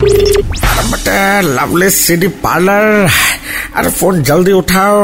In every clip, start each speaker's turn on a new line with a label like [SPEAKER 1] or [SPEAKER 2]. [SPEAKER 1] अरे बटे lovely city parlour अरे फोन जल्दी उठाओ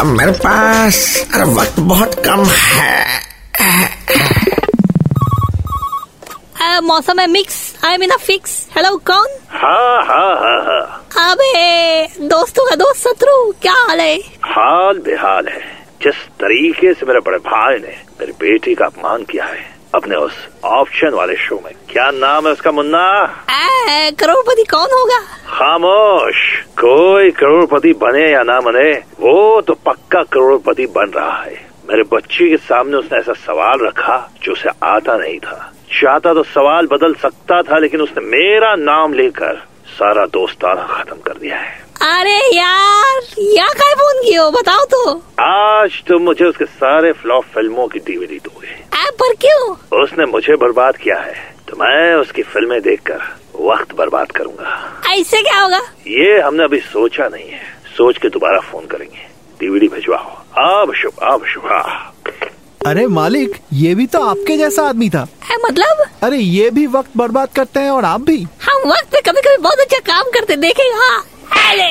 [SPEAKER 1] अब मेरे पास अरे वक्त बहुत कम है
[SPEAKER 2] अ, मौसम है mix I mean fix hello कौन
[SPEAKER 3] हाँ हाँ हाँ हाँ
[SPEAKER 2] अबे दोस्तों का दोस्त शत्रु क्या हाल है
[SPEAKER 3] हाल बेहाल है जिस तरीके से मेरे बड़े भाई ने मेरी बेटी का अपमान किया है अपने उस ऑप्शन वाले शो में क्या नाम है उसका मुन्ना
[SPEAKER 2] अ, करोड़पति कौन होगा
[SPEAKER 3] खामोश कोई करोड़पति बने या ना बने वो तो पक्का करोड़पति बन रहा है मेरे बच्ची के सामने उसने ऐसा सवाल रखा जो उसे आता नहीं था चाहता तो सवाल बदल सकता था लेकिन उसने मेरा नाम लेकर सारा दोस्ताना खत्म कर दिया है
[SPEAKER 2] अरे यार यहाँ का फोन किया बताओ तो
[SPEAKER 3] आज तुम मुझे उसके सारे फ्लॉप फिल्मों की डीवीडी दोगे
[SPEAKER 2] ऐ, पर क्यों
[SPEAKER 3] उसने मुझे बर्बाद किया है तो मैं उसकी फिल्में देखकर वक्त बर्बाद करूंगा
[SPEAKER 2] ऐसे क्या होगा
[SPEAKER 3] ये हमने अभी सोचा नहीं है सोच के दोबारा फोन करेंगे डीवीडी भिजवाओ अब शुभ अब शुभ हाँ।
[SPEAKER 4] अरे मालिक ये भी तो आपके जैसा आदमी था
[SPEAKER 2] ऐ, मतलब
[SPEAKER 4] अरे ये भी वक्त बर्बाद करते हैं और आप भी
[SPEAKER 2] हम वक्त पे कभी कभी बहुत अच्छा काम करते देखेगा हाँ. अरे